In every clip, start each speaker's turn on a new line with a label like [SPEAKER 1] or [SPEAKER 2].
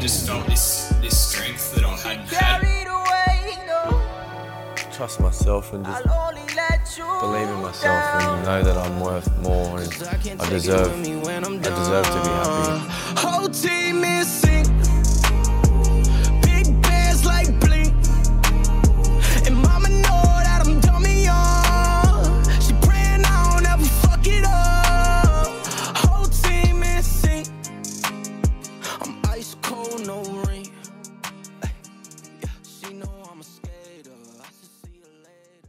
[SPEAKER 1] just felt this this strength that I hadn't had.
[SPEAKER 2] Carried away, no,
[SPEAKER 3] Trust myself and just
[SPEAKER 2] I'll only let you
[SPEAKER 3] believe in myself and know that I'm worth more and I deserve I deserve to be happy.
[SPEAKER 4] Whole team is sync. Big bands like blink. And mama know that I'm dummy on. She praying I don't ever fuck it up. Whole team is sync. I'm ice cold, no ring. Ay, yeah, She know I'm a skater. I should see her later.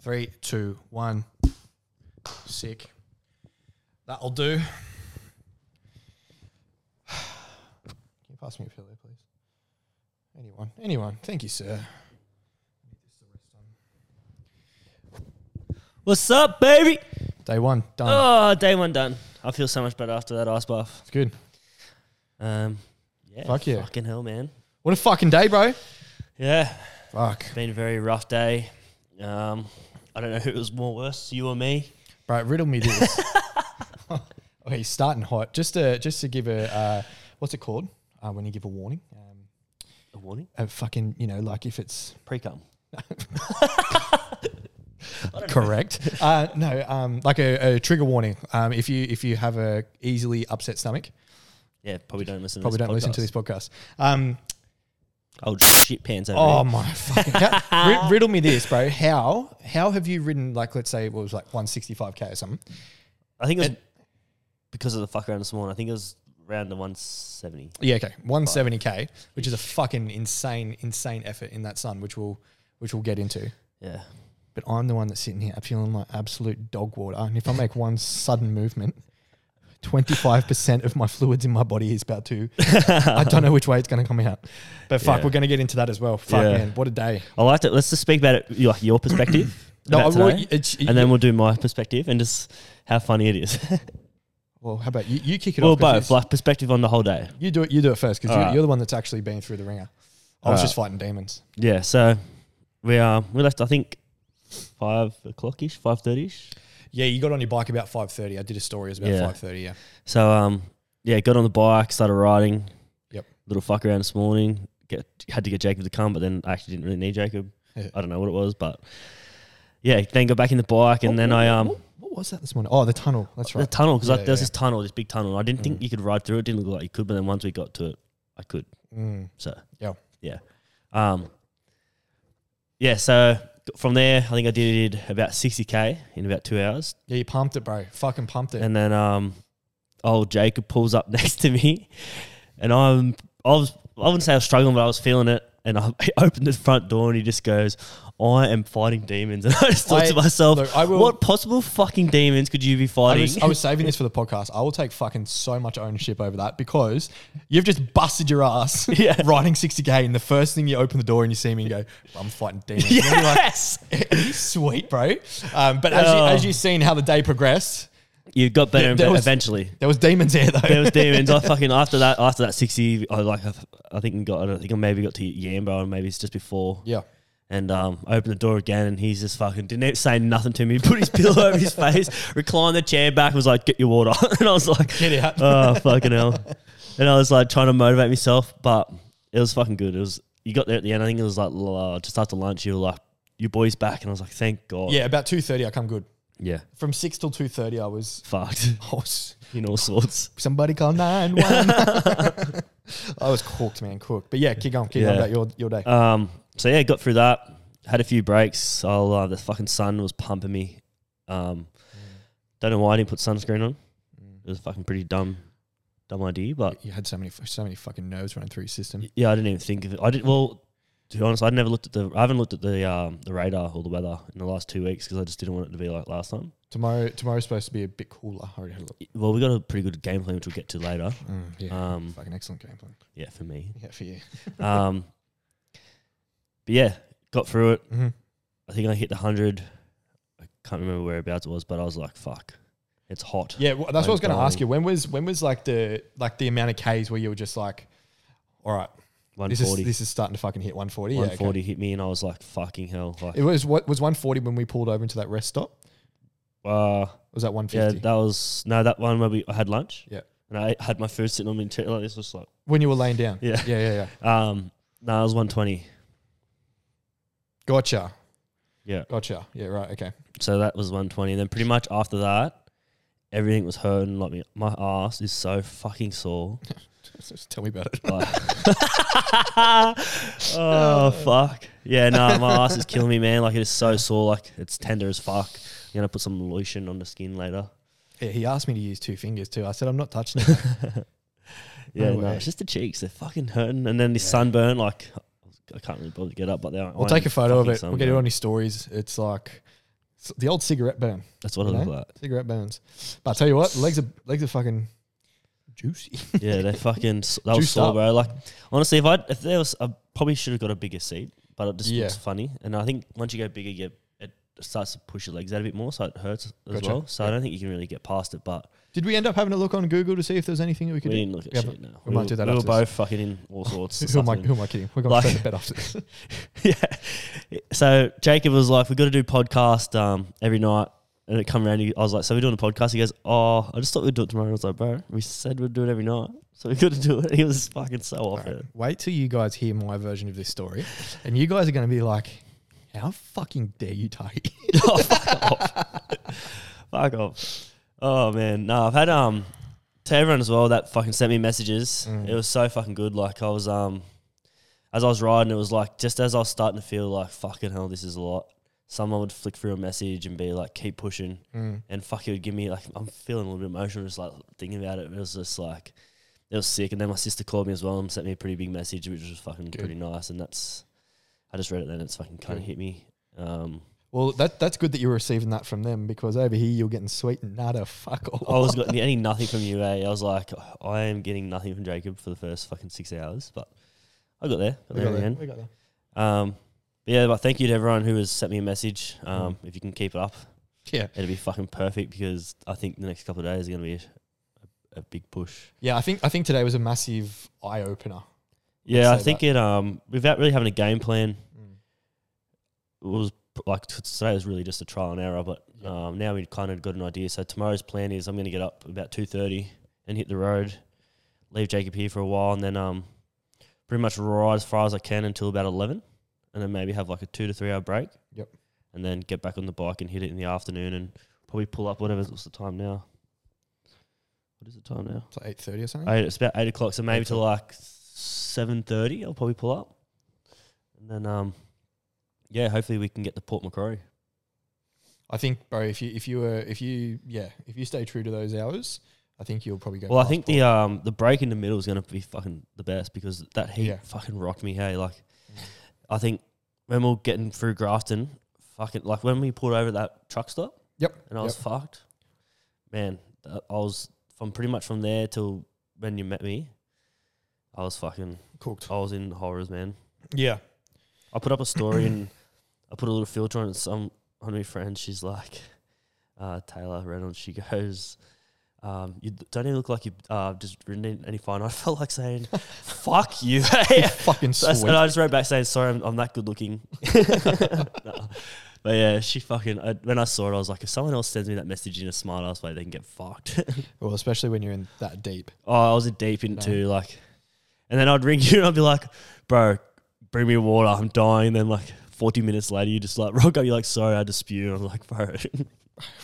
[SPEAKER 5] Three, two, one. Sick. That'll do. Can you pass me a pillow, please? Anyone? Anyone? Thank you, sir.
[SPEAKER 6] What's up, baby?
[SPEAKER 5] Day one done.
[SPEAKER 6] Oh, day one done. I feel so much better after that ice bath.
[SPEAKER 5] It's good.
[SPEAKER 6] Um, yeah,
[SPEAKER 5] Fuck yeah.
[SPEAKER 6] fucking hell, man.
[SPEAKER 5] What a fucking day, bro.
[SPEAKER 6] Yeah,
[SPEAKER 5] Fuck,
[SPEAKER 6] been a very rough day. Um, I don't know who was more worse, you or me.
[SPEAKER 5] bro. Riddle me this. oh, he's starting hot. Just to just to give a uh, what's it called uh, when you give a warning? Um,
[SPEAKER 6] A warning,
[SPEAKER 5] a fucking you know like if it's
[SPEAKER 6] pre cum.
[SPEAKER 5] correct. Uh, no, um, like a, a trigger warning. Um, if you if you have a easily upset stomach,
[SPEAKER 6] Yeah, probably don't listen.
[SPEAKER 5] probably
[SPEAKER 6] to this
[SPEAKER 5] don't listen to this podcast. Um,
[SPEAKER 6] Old shit pants. Over
[SPEAKER 5] oh
[SPEAKER 6] here.
[SPEAKER 5] my fucking! How, rid- riddle me this, bro. How how have you ridden like let's say it was like one sixty five k or something?
[SPEAKER 6] I think it was because of the fuck around this morning. I think it was around the one seventy.
[SPEAKER 5] Yeah, okay, one seventy k, which is a fucking insane insane effort in that sun, which we'll which we'll get into.
[SPEAKER 6] Yeah,
[SPEAKER 5] But I'm the one that's sitting here feeling like absolute dog water, and if I make one sudden movement. 25% of my fluids in my body is about to. I don't know which way it's going to come out. But fuck,
[SPEAKER 6] Yeah.
[SPEAKER 5] we're going to get into that as well. Fuck,
[SPEAKER 6] Yeah.
[SPEAKER 5] man. What a day.
[SPEAKER 6] I liked it. Let's just speak about it, your, your perspective.
[SPEAKER 5] No,
[SPEAKER 6] about
[SPEAKER 5] I will-
[SPEAKER 6] today,
[SPEAKER 5] it's-
[SPEAKER 6] and then we'll do my perspective and just how funny it is.
[SPEAKER 5] Well, how about you? You kick it
[SPEAKER 6] well,
[SPEAKER 5] off. 'cause
[SPEAKER 6] both
[SPEAKER 5] you-
[SPEAKER 6] like perspective on the whole day.
[SPEAKER 5] You do it. You do it first because
[SPEAKER 6] All
[SPEAKER 5] you,
[SPEAKER 6] right.
[SPEAKER 5] you're the one that's actually been through the ringer. I was
[SPEAKER 6] All
[SPEAKER 5] just fighting demons.
[SPEAKER 6] Yeah, so we are we left I think five o'clock ish, five thirty ish.
[SPEAKER 5] Yeah, you got on your bike about five thirty. I did a story. It was about
[SPEAKER 6] Yeah.
[SPEAKER 5] five thirty. Yeah.
[SPEAKER 6] So um yeah, got on the bike, started riding.
[SPEAKER 5] Yep.
[SPEAKER 6] Little fuck around this morning. Get had to get Jacob to come, but then I actually didn't really need Jacob. I don't know what it was, but yeah, then got back in the bike and then I um
[SPEAKER 5] What, what was that this morning? Oh, the tunnel. That's
[SPEAKER 6] the
[SPEAKER 5] right.
[SPEAKER 6] tunnel because
[SPEAKER 5] Yeah,
[SPEAKER 6] there was
[SPEAKER 5] yeah.
[SPEAKER 6] this tunnel, this big tunnel. I didn't think you could ride through it. Didn't look like you could, but then once we got to it, I could.
[SPEAKER 5] Mm,
[SPEAKER 6] So
[SPEAKER 5] yeah.
[SPEAKER 6] Yeah. Um, yeah. So from there, I think I did about 60k in about two hours,
[SPEAKER 5] Yeah, you pumped it, bro. Fucking pumped it.
[SPEAKER 6] and then um, old Jacob pulls up next to me, and I'm I was I wouldn't say I was struggling, but I was feeling it. And I opened the front door, and he just goes, "I am fighting demons." And I just thought
[SPEAKER 5] I-
[SPEAKER 6] to myself,
[SPEAKER 5] look, I will-
[SPEAKER 6] "What possible fucking demons could you be
[SPEAKER 5] I
[SPEAKER 6] fighting?"
[SPEAKER 5] was, I was saving this for the podcast. I will take fucking so much ownership over that because you've just busted your ass
[SPEAKER 6] Yeah.
[SPEAKER 5] riding 60k, and the first thing you open the door and you see me and go, I'm fighting demons. And you're like,
[SPEAKER 6] yes,
[SPEAKER 5] Sweet, bro. Um, but as, you,
[SPEAKER 6] Oh.
[SPEAKER 5] as you've seen how the day progressed,
[SPEAKER 6] you got better
[SPEAKER 5] There- there was-
[SPEAKER 6] eventually.
[SPEAKER 5] there was demons here, though.
[SPEAKER 6] there was demons. I fucking after that after that sixty, I like I, I think we got I don't think I maybe got to Yambo and maybe it's just before.
[SPEAKER 5] yeah.
[SPEAKER 6] And um, I opened the door again, and he's just fucking didn't even say nothing to me. Put his pillow over his face, reclined the chair back, and was like, "Get your water," and I was like,
[SPEAKER 5] Get out.
[SPEAKER 6] "Oh fucking hell!" And I was like trying to motivate myself, but it was fucking good. It was you got there at the end. I think it was like uh, just after lunch. You were like, "Your boy's back," and I was like, "Thank God."
[SPEAKER 5] Yeah, about 2.30, I come good.
[SPEAKER 6] yeah,
[SPEAKER 5] From 6 till 2.30, I was...
[SPEAKER 6] fucked
[SPEAKER 5] I was
[SPEAKER 6] in all sorts.
[SPEAKER 5] somebody call 911. I was cooked, man, cooked. But yeah, keep going. Keep going
[SPEAKER 6] Yeah.
[SPEAKER 5] about your, your day.
[SPEAKER 6] Um, so yeah, got through that. Had a few breaks. I'll, uh, the fucking sun was pumping me. Um, don't know why I didn't put sunscreen on. It was a fucking pretty dumb, dumb idea. But
[SPEAKER 5] you had so many so many fucking nerves running through your system.
[SPEAKER 6] yeah, I didn't even think of it. I did well. To be honest, I never looked at the. I haven't looked at the um, the radar or the weather in the last two weeks because I just didn't want it to be like last time.
[SPEAKER 5] Tomorrow tomorrow's supposed to be a bit cooler. I already had a look.
[SPEAKER 6] Well, we got a pretty good game plan which we'll get to later.
[SPEAKER 5] Mm, yeah.
[SPEAKER 6] Um,
[SPEAKER 5] fucking excellent game plan.
[SPEAKER 6] yeah, for me.
[SPEAKER 5] Yeah, for you.
[SPEAKER 6] Um, but yeah, got through it.
[SPEAKER 5] Mhm.
[SPEAKER 6] I think I hit the hundred. I can't remember whereabouts it was, but I was like, "Fuck, it's hot."
[SPEAKER 5] Yeah, well, that's what I was going to
[SPEAKER 6] Like,
[SPEAKER 5] ask you. When was when was like the like the amount of K's where you were just like, all right,
[SPEAKER 6] one
[SPEAKER 5] this is
[SPEAKER 6] forty.
[SPEAKER 5] this is starting to fucking hit 140.
[SPEAKER 6] One
[SPEAKER 5] Yeah, okay.
[SPEAKER 6] forty hit me, and I was like, "Fucking hell!" Like,
[SPEAKER 5] It was what was 140 when we pulled over into that rest stop.
[SPEAKER 6] uh,
[SPEAKER 5] Was that
[SPEAKER 6] yeah,
[SPEAKER 5] 150?
[SPEAKER 6] that was no that one where we I had lunch.
[SPEAKER 5] Yeah.
[SPEAKER 6] and I had my food sitting on my chair like this. Was like,
[SPEAKER 5] When you were laying down.
[SPEAKER 6] Yeah.
[SPEAKER 5] Yeah, yeah, yeah.
[SPEAKER 6] um, no, it was one twenty.
[SPEAKER 5] Gotcha.
[SPEAKER 6] Yeah.
[SPEAKER 5] Gotcha. Yeah, right. Okay.
[SPEAKER 6] So that was 120. And then pretty much after that, everything was hurting. Like me, my ass is so fucking sore.
[SPEAKER 5] Just tell me about it.
[SPEAKER 6] Like, oh fuck. Yeah, no, my ass is killing me, man. Like it is so sore. Like it's tender as fuck. I'm gonna put some lotion on the skin later.
[SPEAKER 5] Yeah, he asked me to use two fingers too. I said, I'm not touching it.
[SPEAKER 6] Yeah,
[SPEAKER 5] No
[SPEAKER 6] no,
[SPEAKER 5] way.
[SPEAKER 6] it's just the cheeks. They're fucking hurting. And then the sunburn, like I can't really bother to get up, but they are.
[SPEAKER 5] We'll take a photo of it. We'll get it on his stories. It's like it's the old cigarette burn.
[SPEAKER 6] That's what
[SPEAKER 5] you
[SPEAKER 6] I look
[SPEAKER 5] know?
[SPEAKER 6] like.
[SPEAKER 5] Cigarette burns. But I tell you what, legs are legs are fucking juicy.
[SPEAKER 6] Yeah, they're fucking. s- That was
[SPEAKER 5] Juiced
[SPEAKER 6] sore,
[SPEAKER 5] up.
[SPEAKER 6] bro. Like honestly, if I if there was, I probably should have got a bigger seat, but it just
[SPEAKER 5] Yeah.
[SPEAKER 6] looks funny. And I think once you go bigger, you, it starts to push your legs out a bit more, so it hurts as
[SPEAKER 5] Gotcha.
[SPEAKER 6] well. So I don't think you can really get past it. But
[SPEAKER 5] Did we end up having a look on Google to see if there was anything that we
[SPEAKER 6] we
[SPEAKER 5] could do?
[SPEAKER 6] didn't look at
[SPEAKER 5] Yeah,
[SPEAKER 6] shit.
[SPEAKER 5] but
[SPEAKER 6] No,
[SPEAKER 5] we might
[SPEAKER 6] were-
[SPEAKER 5] do that
[SPEAKER 6] We were
[SPEAKER 5] after this.
[SPEAKER 6] both fucking in all sorts.
[SPEAKER 5] Who am, I, who am I kidding? We're going
[SPEAKER 6] Like-
[SPEAKER 5] to to bed after this.
[SPEAKER 6] yeah. So Jacob was like, "We got to do podcast um, every night." And it come around. he- I was like, "So we're doing a podcast." He goes, "Oh, I just thought we'd do it tomorrow." I was like, "Bro, we said we'd do it every night, so we got to do it." He was fucking so off it.
[SPEAKER 5] Wait till you guys hear my version of this story, and you guys are going to be like, "How fucking dare you, Tati?"
[SPEAKER 6] oh, fuck off. fuck off. Oh man. No, I've had um to everyone as well that fucking sent me messages. It was so fucking good. Like I was um as I was riding, it was like just as I was starting to feel like fucking hell, this is a lot. Someone would flick through a message and be like, "Keep pushing," and fuck, it would give me like I'm feeling a little bit emotional just like thinking about it. It was just like it was sick. And then my sister called me as well and sent me a pretty big message, which was fucking pretty nice. And that's I just read it then. It's fucking kind of hit me. Um,
[SPEAKER 5] well, that that's good that you're receiving that from them because over here you're getting sweet nada fuck all.
[SPEAKER 6] I was got- getting nothing from you, eh? I was like, I am getting nothing from Jacob for the first fucking six hours, but I got there. Got there in the end. Um, but yeah, but thank you to everyone who has sent me a message. Um, If you can keep it up,
[SPEAKER 5] Yeah,
[SPEAKER 6] it'll be fucking perfect because I think the next couple of days are going to be a, a big push.
[SPEAKER 5] yeah. I think I think today was a massive eye opener.
[SPEAKER 6] Yeah, I
[SPEAKER 5] say
[SPEAKER 6] think it. Um, without really having a game plan,
[SPEAKER 5] Mm.
[SPEAKER 6] it was p- like t- today was really just a trial and error. But um, now we kind of got an idea. So tomorrow's plan is I'm going to get up about two thirty and hit the road, leave Jacob here for a while, and then um, pretty much ride as far as I can until about eleven, and then maybe have like a two to three hour break.
[SPEAKER 5] Yep.
[SPEAKER 6] And then get back on the bike and hit it in the afternoon, and probably pull up whatever. What's the time now? What is the time now?
[SPEAKER 5] It's like eight thirty or something.
[SPEAKER 6] Eight, it's about eight o'clock, so maybe to like seven thirty, I'll probably pull up, and then um, yeah, hopefully we can get to Port Macquarie.
[SPEAKER 5] I think, bro, if you if you were if you yeah if you stay true to those hours, I think you'll probably go.
[SPEAKER 6] Well, I
[SPEAKER 5] past
[SPEAKER 6] think the um the break in the middle is gonna be fucking the best because that heat
[SPEAKER 5] Yeah. Mm.
[SPEAKER 6] fucking rocked me. Hey, like I think when we we're getting through Grafton, fucking like when we pulled over at that truck stop,
[SPEAKER 5] Yep.
[SPEAKER 6] and I was
[SPEAKER 5] yep.
[SPEAKER 6] fucked. Man, uh, I was from pretty much from there till when you met me. I was fucking.
[SPEAKER 5] cooked.
[SPEAKER 6] I was in horrors, man.
[SPEAKER 5] Yeah.
[SPEAKER 6] I put up a story and I put a little filter on it. Some one of my friends, she's like, uh, Taylor Reynolds. She goes, um, "You d- don't even look like you've uh, just written in any fine." I felt like saying, "Fuck you."
[SPEAKER 5] Fucking
[SPEAKER 6] So I s-
[SPEAKER 5] sweet.
[SPEAKER 6] and I just wrote back saying, "Sorry, I'm, I'm that good looking." No. But yeah, she fucking. I, when I saw it, I was like, if someone else sends me that message in a smart ass way, they can get fucked.
[SPEAKER 5] Well, especially when you're in that deep.
[SPEAKER 6] Oh, I was a deep into like, and then I'd ring you and I'd be like, bro, bring me water. I'm dying. then like 40 minutes later, you just like rock up. You're like, sorry, I had to spew. And I'm like, bro,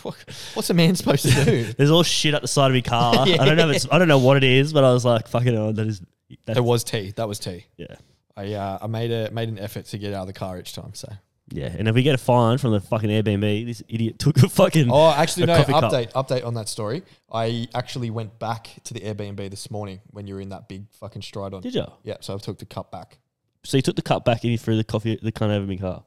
[SPEAKER 5] What, what's a man supposed to do?
[SPEAKER 6] there's all shit at the side of my car. I don't know. If it's, I don't know what it is, but I was like, fucking hell, that is, that's,
[SPEAKER 5] That was tea. That was tea.
[SPEAKER 6] yeah.
[SPEAKER 5] I uh, I made a made an effort to get out of the car each time. So
[SPEAKER 6] Yeah. And if we get a fine from the fucking Airbnb, this idiot took a fucking,
[SPEAKER 5] oh, actually
[SPEAKER 6] A
[SPEAKER 5] no
[SPEAKER 6] coffee cup.
[SPEAKER 5] update update on that story. I actually went back to the Airbnb this morning when you were in that big fucking stride on.
[SPEAKER 6] did you?
[SPEAKER 5] Yeah, so I've took the cup back.
[SPEAKER 6] So you took the cup back and you threw the coffee, the cunt over my car.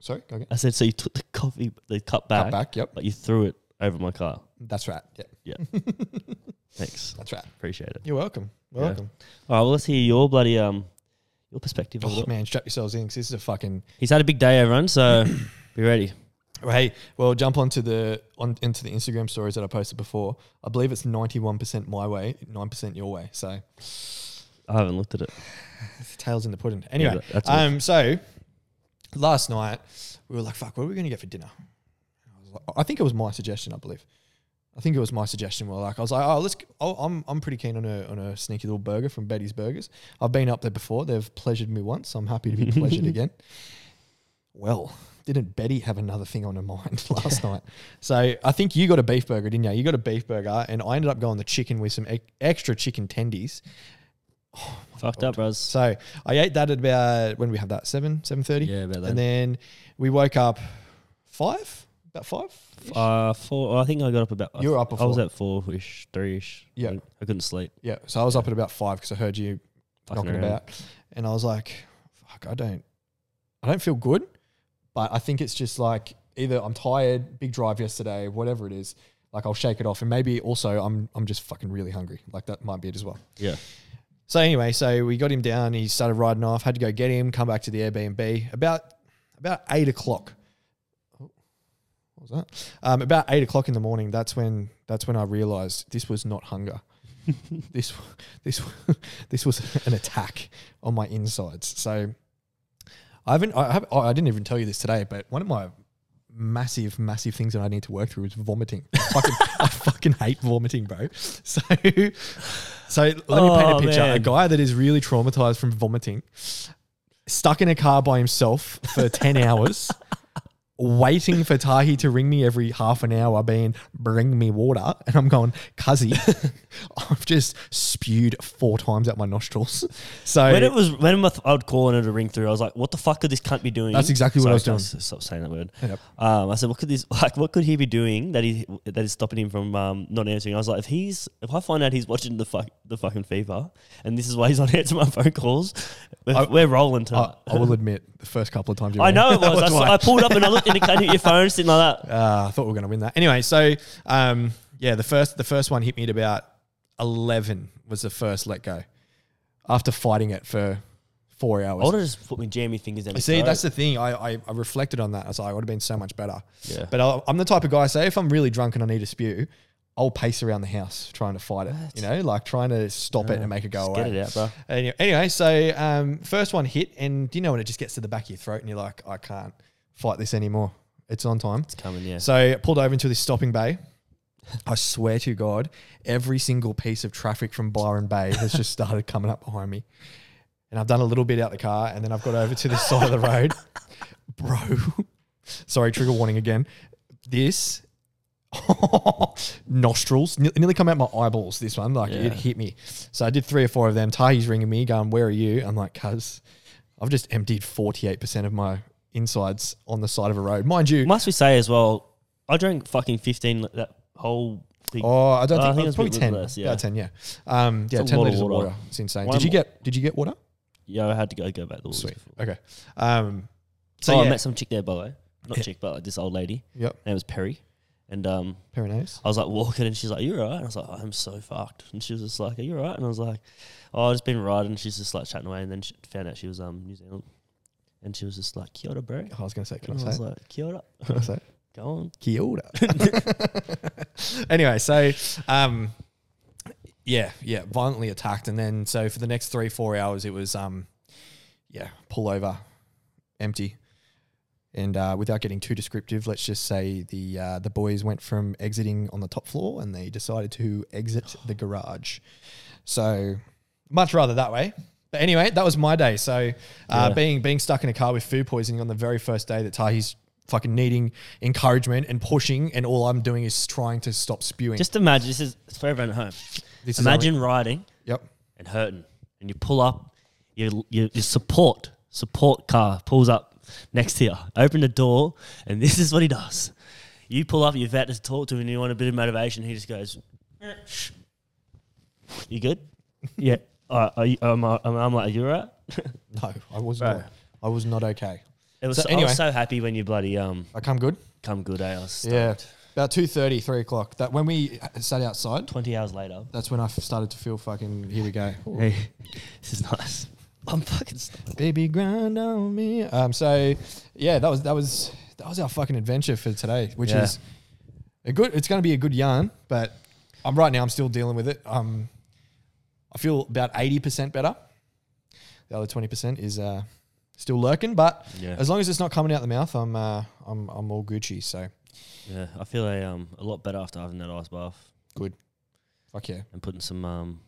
[SPEAKER 5] Sorry, go again.
[SPEAKER 6] I said, so you took the coffee, the cup back,
[SPEAKER 5] Cup back. Yep,
[SPEAKER 6] but you threw it over my car.
[SPEAKER 5] that's right. Yep,
[SPEAKER 6] Thanks.
[SPEAKER 5] that's right.
[SPEAKER 6] Appreciate it.
[SPEAKER 5] You're welcome. Welcome.
[SPEAKER 6] All right, well, let's hear your bloody um your perspective on
[SPEAKER 5] Oh,
[SPEAKER 6] it.
[SPEAKER 5] man, strap yourselves in because this is a fucking
[SPEAKER 6] He's had a big day, everyone, so be ready.
[SPEAKER 5] Well, hey, well, jump onto the on into the Instagram stories that I posted before. I believe it's ninety one percent my way, nine percent your way. So
[SPEAKER 6] I haven't looked at it.
[SPEAKER 5] it's tails in the pudding. Anyway,
[SPEAKER 6] that- that's awesome.
[SPEAKER 5] um, so last night we were like, "Fuck, what are we going to get for dinner?" I, was like, I think it was my suggestion. I believe. I I think it was my suggestion. Well, like I was like, oh, let's. Oh, I'm I'm pretty keen on a on a sneaky little burger from Betty's Burgers. I've been up there before. They've pleasured me once. I'm happy to be pleasured again. Well, didn't Betty have another thing on her mind last night? So I think you got a beef burger, didn't you? You got a beef burger, and I ended up going the chicken with some e- extra chicken tendies.
[SPEAKER 6] Fucked up, bros.
[SPEAKER 5] So I ate that at about when we have that seven seven thirty.
[SPEAKER 6] Yeah, about then.
[SPEAKER 5] And then we woke up five, about five.
[SPEAKER 6] Uh, four. I think I got up about.
[SPEAKER 5] You were up
[SPEAKER 6] I was
[SPEAKER 5] before.
[SPEAKER 6] at four ish, three ish.
[SPEAKER 5] Yeah.
[SPEAKER 6] I couldn't sleep.
[SPEAKER 5] Yeah, so I was up at about five because I heard you
[SPEAKER 6] Fucking
[SPEAKER 5] knocking
[SPEAKER 6] around.
[SPEAKER 5] about, and I was like, "Fuck, I don't, I don't feel good." But I think it's just like either I'm tired, big drive yesterday, whatever it is. Like I'll shake it off, and maybe also I'm I'm just fucking really hungry. Like that might be it as well.
[SPEAKER 6] Yeah.
[SPEAKER 5] So anyway, so we got him down. He started riding off. Had to go get him. Come back to the Airbnb about about eight o'clock. Oh, What was that? Um, about eight o'clock in the morning. That's when that's when I realized this was not hunger. this this this was an attack on my insides. So I haven't I, have, I didn't even tell you this today, but one of my massive massive things that I need to work through is vomiting. I fucking, I fucking hate vomiting, bro. So so let me paint
[SPEAKER 6] Oh,
[SPEAKER 5] a picture. A
[SPEAKER 6] man.
[SPEAKER 5] guy that is really traumatized from vomiting, stuck in a car by himself for 10 hours. Waiting for Tahi to ring me every half an hour, being bring me water, and I'm going, cuzzy, I've just spewed four times out my nostrils. So
[SPEAKER 6] When it was when my th- I'd call and it'd ring through, I was like, "What the fuck could this cunt be doing?"
[SPEAKER 5] That's exactly what I was
[SPEAKER 6] Sorry,
[SPEAKER 5] doing.
[SPEAKER 6] s- Stop saying that word.
[SPEAKER 5] Yep.
[SPEAKER 6] Um, I said, "What could this like? What could he be doing that he that is stopping him from um, not answering?" I was like, "If he's if I find out he's watching the fuck the fucking FIFA, and this is why he's not answering my phone calls, we're, we're rolling
[SPEAKER 5] I,
[SPEAKER 6] tonight."
[SPEAKER 5] uh, I will admit, the first couple of times you
[SPEAKER 6] I
[SPEAKER 5] rang,
[SPEAKER 6] know it
[SPEAKER 5] that
[SPEAKER 6] was. I, saw,
[SPEAKER 5] why.
[SPEAKER 6] I pulled up and I looked in the car, your phone, sitting like that.
[SPEAKER 5] Uh, I thought we were going to win that. Anyway, so um, yeah, the first the first one hit me at about eleven was the first let go, after fighting it for four
[SPEAKER 6] I would
[SPEAKER 5] hours.
[SPEAKER 6] have just put my jammy fingers down. his
[SPEAKER 5] See,
[SPEAKER 6] throat.
[SPEAKER 5] that's the thing. I, I, I reflected on that. I was like, I would have been so much better.
[SPEAKER 6] Yeah.
[SPEAKER 5] But I, I'm the type of guy. Say, if I'm really drunk and I need to spew, I'll pace around the house trying to fight it. You know, like trying to stop it and make it go
[SPEAKER 6] Just
[SPEAKER 5] away.
[SPEAKER 6] get it out, bro.
[SPEAKER 5] Anyway, anyway, so um, first one hit, and do you know when it just gets to the back of your throat and you're like, I can't fight this anymore. It's on time. It's
[SPEAKER 6] coming, yeah.
[SPEAKER 5] So I pulled over into this stopping bay. I swear to God, every single piece of traffic from Byron Bay has just started coming up behind me. And I've done a little bit out the car, and then I've got over to this side of the road. Bro, sorry, trigger warning again. This nostrils ne- nearly come out my eyeballs. This one, like it hit me. So I did three or four of them. Tahi's ringing me, going, "Where are you?" I'm like, "Cuz, I've just emptied 48 percent of my insides on the side of a road, mind you."
[SPEAKER 6] Must we say as well? I drank fucking fifteen li- that whole. Big,
[SPEAKER 5] oh, I don't
[SPEAKER 6] Oh, I
[SPEAKER 5] think, it's
[SPEAKER 6] think it's a
[SPEAKER 5] probably
[SPEAKER 6] bit
[SPEAKER 5] 10.
[SPEAKER 6] less, yeah.
[SPEAKER 5] Yeah, 10. Yeah, um, yeah,
[SPEAKER 6] a
[SPEAKER 5] 10
[SPEAKER 6] lot of
[SPEAKER 5] liters of
[SPEAKER 6] water.
[SPEAKER 5] water. It's insane.
[SPEAKER 6] One
[SPEAKER 5] did you
[SPEAKER 6] more.
[SPEAKER 5] get? Did you get water?
[SPEAKER 6] Yeah, I had to go go back the Sweet.
[SPEAKER 5] Okay. Um, so
[SPEAKER 6] So oh,
[SPEAKER 5] yeah,
[SPEAKER 6] I met some chick there, by the way. Not chick, but like this old lady.
[SPEAKER 5] yep.
[SPEAKER 6] Her name was Perry. And um,
[SPEAKER 5] Perinase.
[SPEAKER 6] I was like walking and she's like, You're right. And I was like, "Oh, I'm so fucked. And she was just like, Are you right? And I was like, Oh, I've just been riding. And she's just like chatting away. And then she found out she was um New Zealand. And she was just like, Kia ora, bro.
[SPEAKER 5] Oh, I was gonna say, can
[SPEAKER 6] And I
[SPEAKER 5] I
[SPEAKER 6] was
[SPEAKER 5] say? it?
[SPEAKER 6] like, Kia ora.
[SPEAKER 5] Can I say? it?
[SPEAKER 6] Go on.
[SPEAKER 5] Kia ora. anyway, so um, yeah, yeah, violently attacked, and then so for the next three four hours, it was um, yeah, pull over, empty, and uh, without getting too descriptive, let's just say the uh, the boys went from exiting on the top floor, and they decided to exit the garage. So much rather that way. But anyway, that was my day. So uh,
[SPEAKER 6] Yeah.
[SPEAKER 5] being being stuck in a car with food poisoning on the very first day that Tahi's fucking needing encouragement and pushing, and all I'm doing is trying to stop spewing.
[SPEAKER 6] Just imagine this is it's for everyone at home.
[SPEAKER 5] This is
[SPEAKER 6] imagine riding
[SPEAKER 5] yep.
[SPEAKER 6] and hurting. And you pull up, your, your, your support, support car pulls up next to you. Open the door, and this is what he does. You pull up, you've had to talk to him, and you want a bit of motivation. He just goes, "Eh, shh. You good? yeah. All right, are you, I'm, I'm, I'm like, you all right?
[SPEAKER 5] No, I was not. I was not okay.
[SPEAKER 6] It was
[SPEAKER 5] So
[SPEAKER 6] so, I
[SPEAKER 5] anyway.
[SPEAKER 6] was so happy when you bloody um
[SPEAKER 5] I come good.
[SPEAKER 6] come good, eh? I was
[SPEAKER 5] Yeah, about 2.30, 3 o'clock. That when we sat outside,
[SPEAKER 6] 20 hours later.
[SPEAKER 5] that's when I started to feel fucking. Here we go.
[SPEAKER 6] Hey, this is nice. I'm fucking stuck.
[SPEAKER 5] Baby, grind on me. Um. So, yeah, that was that was that was our fucking adventure for today, which
[SPEAKER 6] Yeah.
[SPEAKER 5] is a good. It's going to be a good yarn, but I'm right now. I'm still dealing with it. Um, I feel about eighty percent better. The other twenty percent is uh still lurking, but
[SPEAKER 6] Yeah.
[SPEAKER 5] as long as it's not coming out the mouth, I'm uh I'm I'm all Gucci. So
[SPEAKER 6] Yeah, I feel a um a lot better after having that ice bath
[SPEAKER 5] Fuck yeah.
[SPEAKER 6] and putting some um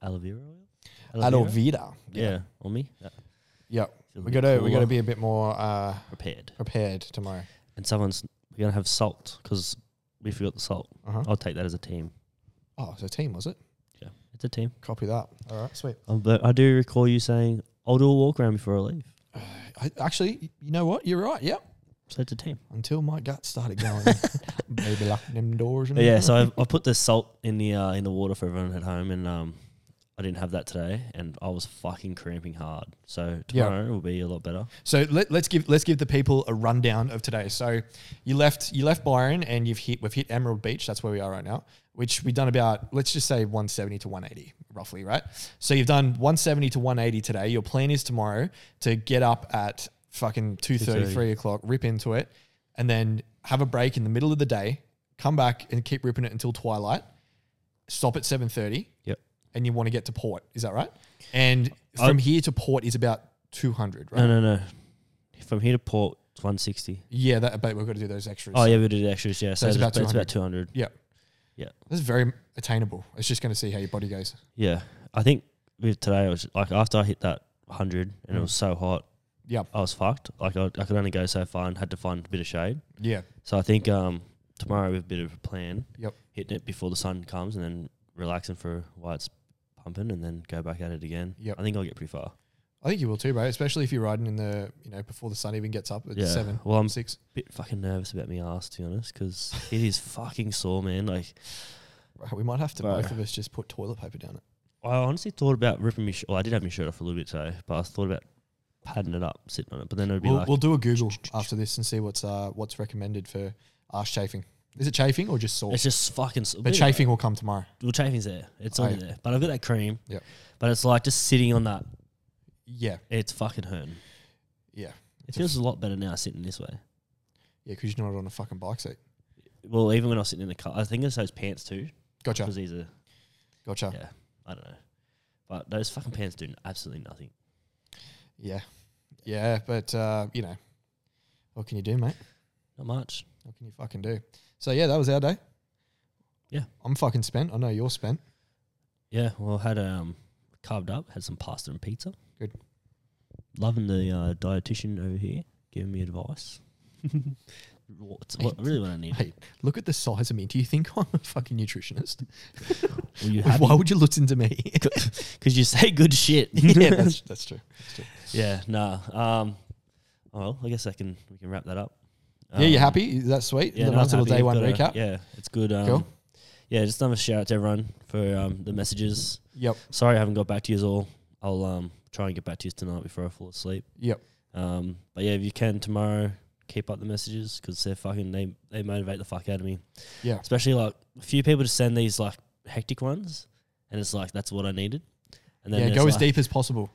[SPEAKER 6] aloe vera oil.
[SPEAKER 5] Aloe Vida.
[SPEAKER 6] Yeah. on me. That
[SPEAKER 5] Yep.
[SPEAKER 6] feels a
[SPEAKER 5] We
[SPEAKER 6] bit
[SPEAKER 5] gotta we gotta
[SPEAKER 6] cooler.
[SPEAKER 5] be a bit more uh,
[SPEAKER 6] prepared.
[SPEAKER 5] prepared tomorrow.
[SPEAKER 6] And someone's we're gonna have salt because we forgot the salt.
[SPEAKER 5] Uh-huh.
[SPEAKER 6] I'll take that as a team.
[SPEAKER 5] Oh, it's a team, was it?
[SPEAKER 6] Yeah, it's a team.
[SPEAKER 5] Copy that. All right, sweet.
[SPEAKER 6] Um, but I do recall you saying, "I'll do a walk around before I leave."
[SPEAKER 5] I, actually, you know what? You're right. Yep.
[SPEAKER 6] So it's a team.
[SPEAKER 5] Until my gut started going, maybe lock them doors. And
[SPEAKER 6] But yeah, so I, I put the salt in the uh, in the water for everyone at home, and um, I didn't have that today, and I was fucking cramping hard. So tomorrow will be a lot better.
[SPEAKER 5] So let, let's give let's give the people a rundown of today. So you left you left Byron and you've hit we've hit Emerald Beach. That's where we are right now. Which we've done about let's just say 170 to 180 roughly, right? So you've done 170 to 180 today. Your plan is tomorrow to get up at fucking 2:30, 3 o'clock, rip into it, and then have a break in the middle of the day. Come back and keep ripping it until twilight. Stop at 7:30
[SPEAKER 6] Yep.
[SPEAKER 5] and you want to get to port. Is that right? And from
[SPEAKER 6] I-
[SPEAKER 5] here to port is about 200, right?
[SPEAKER 6] No, no, no. From here to port, it's one sixty.
[SPEAKER 5] Yeah, that, but we've got to do those extras.
[SPEAKER 6] Oh yeah, we did extras. Yeah, so
[SPEAKER 5] it's
[SPEAKER 6] it's
[SPEAKER 5] about
[SPEAKER 6] about it's about two hundred.
[SPEAKER 5] yeah.
[SPEAKER 6] Yeah.
[SPEAKER 5] This is very attainable. It's just going to see how your body goes.
[SPEAKER 6] Yeah, I think with today, I was like after I hit that hundred, and it was so hot,
[SPEAKER 5] Yep.
[SPEAKER 6] I was fucked. Like I, I could only go so far, and had to find a bit of shade.
[SPEAKER 5] Yeah.
[SPEAKER 6] So I think um, tomorrow with a bit of a plan,
[SPEAKER 5] Yep.
[SPEAKER 6] hitting it before the sun comes, and then relaxing for while it's pumping, and then go back at it again.
[SPEAKER 5] Yep.
[SPEAKER 6] I think I'll get pretty far.
[SPEAKER 5] I think you will too, bro. Especially if you're riding in the, you know, before the sun even gets up at
[SPEAKER 6] Yeah. Um,
[SPEAKER 5] seven,
[SPEAKER 6] Well, I'm-
[SPEAKER 5] six.
[SPEAKER 6] Bit fucking nervous about me ass to be honest, because it is fucking sore, man. Like
[SPEAKER 5] Bro, we might have to
[SPEAKER 6] Bro.
[SPEAKER 5] both of us just put toilet paper down it.
[SPEAKER 6] I honestly thought about ripping my. Sh- well, I did have my shirt off a little bit today, but I thought about padding it up, sitting on it. But then it would be
[SPEAKER 5] We'll,
[SPEAKER 6] like
[SPEAKER 5] we'll do a Google after this and see what's uh what's recommended for arse chafing. Is it chafing or just sore?
[SPEAKER 6] it's just fucking. s-
[SPEAKER 5] but chafing will come tomorrow.
[SPEAKER 6] Well, chafing's there. It's
[SPEAKER 5] Oh,
[SPEAKER 6] already
[SPEAKER 5] yeah.
[SPEAKER 6] there. But I've got that cream.
[SPEAKER 5] Yep.
[SPEAKER 6] But it's like just sitting on that.
[SPEAKER 5] Yeah.
[SPEAKER 6] It's fucking hurting.
[SPEAKER 5] Yeah.
[SPEAKER 6] It feels a lot better now sitting this way.
[SPEAKER 5] Yeah, because you're not on a fucking bike seat.
[SPEAKER 6] Well, even when I was sitting in the car, I think it's those pants too.
[SPEAKER 5] Gotcha.
[SPEAKER 6] Because these are,
[SPEAKER 5] Gotcha.
[SPEAKER 6] yeah, I don't know. But those fucking pants do absolutely nothing.
[SPEAKER 5] Yeah. Yeah, but uh, you know, what can you do, mate?
[SPEAKER 6] Not much.
[SPEAKER 5] What can you fucking do? So yeah, that was our day.
[SPEAKER 6] Yeah.
[SPEAKER 5] I'm fucking spent. I know you're spent.
[SPEAKER 6] Yeah. Well, had um carved up, had some pasta and pizza.
[SPEAKER 5] Good.
[SPEAKER 6] Loving the uh, dietitian over here giving me advice. What's what, really what I need.
[SPEAKER 5] Hey, look at the size of me. Do you think I'm a fucking nutritionist?
[SPEAKER 6] Were you
[SPEAKER 5] Why would you listen to me?
[SPEAKER 6] Because you say good shit.
[SPEAKER 5] that's, that's true.
[SPEAKER 6] Yeah, nah. Um, well, I guess I can we can wrap that up.
[SPEAKER 5] yeah, you're
[SPEAKER 6] Um,
[SPEAKER 5] happy? Is that sweet?
[SPEAKER 6] Yeah,
[SPEAKER 5] the
[SPEAKER 6] no, I'm
[SPEAKER 5] nice little
[SPEAKER 6] happy.
[SPEAKER 5] day
[SPEAKER 6] I've
[SPEAKER 5] one
[SPEAKER 6] got a-
[SPEAKER 5] recap.
[SPEAKER 6] Yeah, it's good. Um,
[SPEAKER 5] Cool.
[SPEAKER 6] Yeah, just another shout out to everyone for um, the messages.
[SPEAKER 5] Yep.
[SPEAKER 6] Sorry, I haven't got back to you all. I'll um, try and get back to you tonight before I fall asleep.
[SPEAKER 5] Yep.
[SPEAKER 6] Um, but yeah, if you can tomorrow, keep up the messages because they're fucking they they motivate the fuck out of me.
[SPEAKER 5] Yeah.
[SPEAKER 6] Especially like a few people to send these like hectic ones, and it's like that's what I needed. And
[SPEAKER 5] Yeah,
[SPEAKER 6] it's
[SPEAKER 5] go as
[SPEAKER 6] like-
[SPEAKER 5] deep as possible.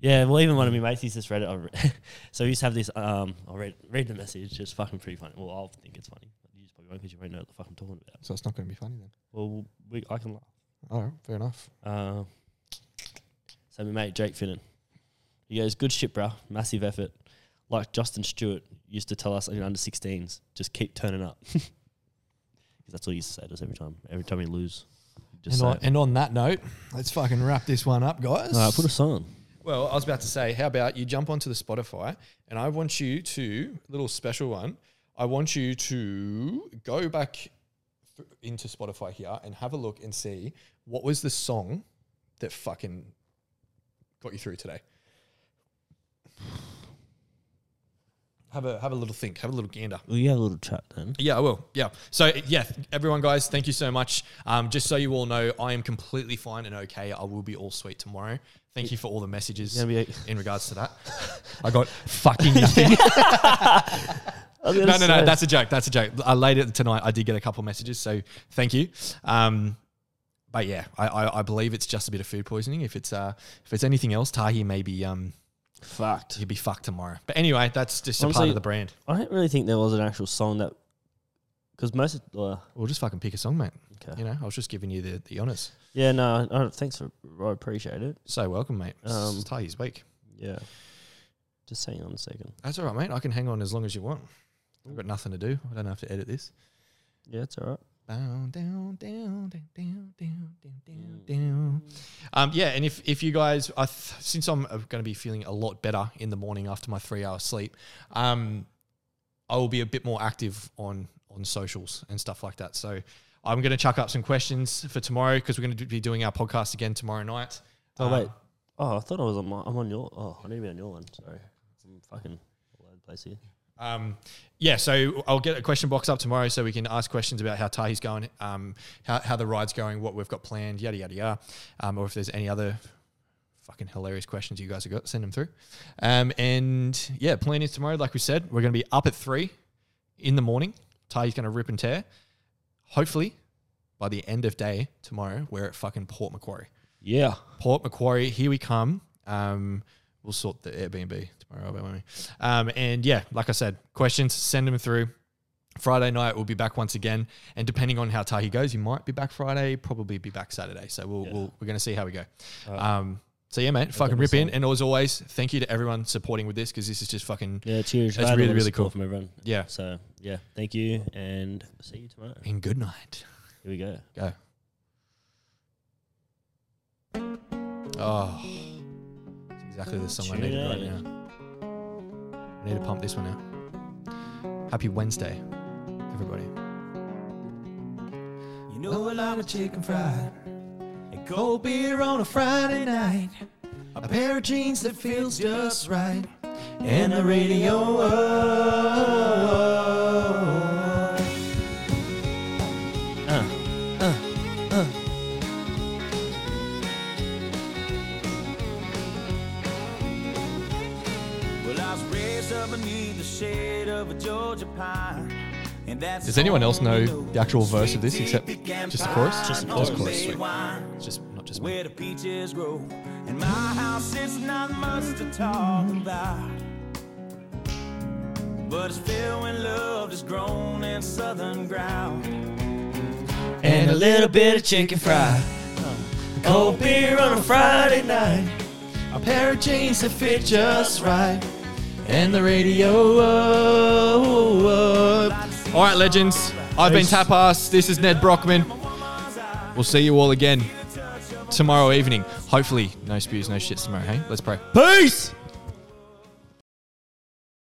[SPEAKER 6] yeah, well, even one of my mates, he's just read it. I re- so we used to have this. Um, I'll read read the message. It's fucking pretty funny. Well, I'll think it's funny. But you just probably won't because you won't know what the fuck I'm talking about.
[SPEAKER 5] So it's not going to be funny then.
[SPEAKER 6] Well, we, I can laugh.
[SPEAKER 5] All right, fair enough.
[SPEAKER 6] Uh, so my mate Jake Finnan, he goes, "Good shit, bruh. Massive effort. Like Justin Stewart used to tell us in under 16s, just keep turning up. Because that's what he used to say to us every time. Every time we lose, just
[SPEAKER 5] And
[SPEAKER 6] say
[SPEAKER 5] on,
[SPEAKER 6] it.
[SPEAKER 5] and on that note, let's fucking wrap this one up, guys.
[SPEAKER 6] All right, put a song.
[SPEAKER 5] Well, I was about to say, how about you jump onto the Spotify and I want you to, little special one, I want you to go back th- into Spotify here and have a look and see what was the song that fucking got you through today. Have a have a little think, have a little gander.
[SPEAKER 6] Well, you have a little chat then.
[SPEAKER 5] Yeah, I will. Yeah. So, yeah, everyone, guys, thank you so much. Um, just so you all know, I am completely fine and okay. I will be all sweet tomorrow. Thank you for all the messages
[SPEAKER 6] gonna be-
[SPEAKER 5] in regards to that. I got fucking nothing. no, no, no. That's a joke. That's a joke. I laid it tonight. I did get a couple messages, so thank you. Um, but yeah, I, I, I believe it's just a bit of food poisoning. If it's uh, if it's anything else, Tahi may be um,
[SPEAKER 6] fucked.
[SPEAKER 5] he'll be fucked tomorrow. But anyway, that's just a part
[SPEAKER 6] Honestly-
[SPEAKER 5] of the brand.
[SPEAKER 6] I don't really think there was an actual song that, because most of uh,
[SPEAKER 5] We'll just fucking pick a song, mate.
[SPEAKER 6] Okay.
[SPEAKER 5] You know, I was just giving you the the honors.
[SPEAKER 6] yeah no I, thanks for I appreciate it
[SPEAKER 5] So welcome, mate. Um,
[SPEAKER 6] Um,
[SPEAKER 5] it's Tahi's week.
[SPEAKER 6] yeah. Just hang on a second.
[SPEAKER 5] That's all right, mate. I can hang on as long as you want. I've got nothing to do. I don't have to edit this.
[SPEAKER 6] Yeah, it's all right.
[SPEAKER 5] Down, down, down, down, down, down, down, down, down. Um, yeah, and if, if you guys, I th- since I'm going to be feeling a lot better in the morning after my three hour sleep, um, I will be a bit more active on on socials and stuff like that. So I'm going to chuck up some questions for tomorrow because we're going to be doing our podcast again tomorrow night.
[SPEAKER 6] Oh
[SPEAKER 5] Um,
[SPEAKER 6] wait. Oh, I thought I was on my. I'm on your. Oh, I need to be on your one. Sorry, I'm fucking all over the place here.
[SPEAKER 5] Um, yeah, so I'll get a question box up tomorrow so we can ask questions about how Tahi's going, um, how, how the ride's going, what we've got planned, yada, yada, yada. Um, or if there's any other fucking hilarious questions you guys have got, send them through. Um, and yeah, plan is tomorrow, like we said, we're going to be up at three in the morning. Tahi's going to rip and tear. Hopefully, by the end of day tomorrow, we're at fucking Port Macquarie.
[SPEAKER 6] Yeah.
[SPEAKER 5] Port Macquarie, here we come. Um, we'll sort the Airbnb tomorrow, won't we? Um, and yeah, like I said, questions, send them through. Friday night, we'll be back once again. And depending on how Tahi goes, he might be back Friday, probably be back Saturday. So we'll, we'll, we're going to see how we go. Um, so yeah, mate, fucking rip in. And as always, thank you to everyone supporting with this because this is just fucking
[SPEAKER 6] Yeah. Cheers.
[SPEAKER 5] That's
[SPEAKER 6] I had a
[SPEAKER 5] really,
[SPEAKER 6] lot of
[SPEAKER 5] really
[SPEAKER 6] support
[SPEAKER 5] cool.
[SPEAKER 6] from everyone.
[SPEAKER 5] Yeah.
[SPEAKER 6] So yeah, thank you, and see you tomorrow.
[SPEAKER 5] and good night.
[SPEAKER 6] Here we go.
[SPEAKER 5] Go. Oh, it's exactly the song I
[SPEAKER 6] Tune
[SPEAKER 5] needed right
[SPEAKER 6] in.
[SPEAKER 5] now. I need to pump this one out. Happy Wednesday, everybody.
[SPEAKER 4] You know I love a chicken fried and cold beer on a Friday night. A pair of jeans that feels just right and the radio. on. Well, I was raised up beneath the shade of a Georgia pine. And that's
[SPEAKER 5] Does anyone else know
[SPEAKER 4] all I
[SPEAKER 5] the actual verse of this except
[SPEAKER 4] Sweet tea,
[SPEAKER 5] just the chorus?
[SPEAKER 4] pecan
[SPEAKER 5] Just the
[SPEAKER 4] pie,
[SPEAKER 5] chorus.
[SPEAKER 4] homemade
[SPEAKER 5] Sweet.
[SPEAKER 4] wine
[SPEAKER 5] It's just not just me.
[SPEAKER 4] where the peaches grow. And my house is not much to talk about. But it's filled with love that's grown in southern ground. And a little bit of chicken fry. Cold beer on a Friday night. A pair of jeans that fit just right. And the radio.
[SPEAKER 5] All right, legends. I've been Tapas. This is Ned Brockman. We'll see you all again tomorrow evening. Hopefully, no spews, no shits tomorrow. Hey, let's pray.
[SPEAKER 6] Peace.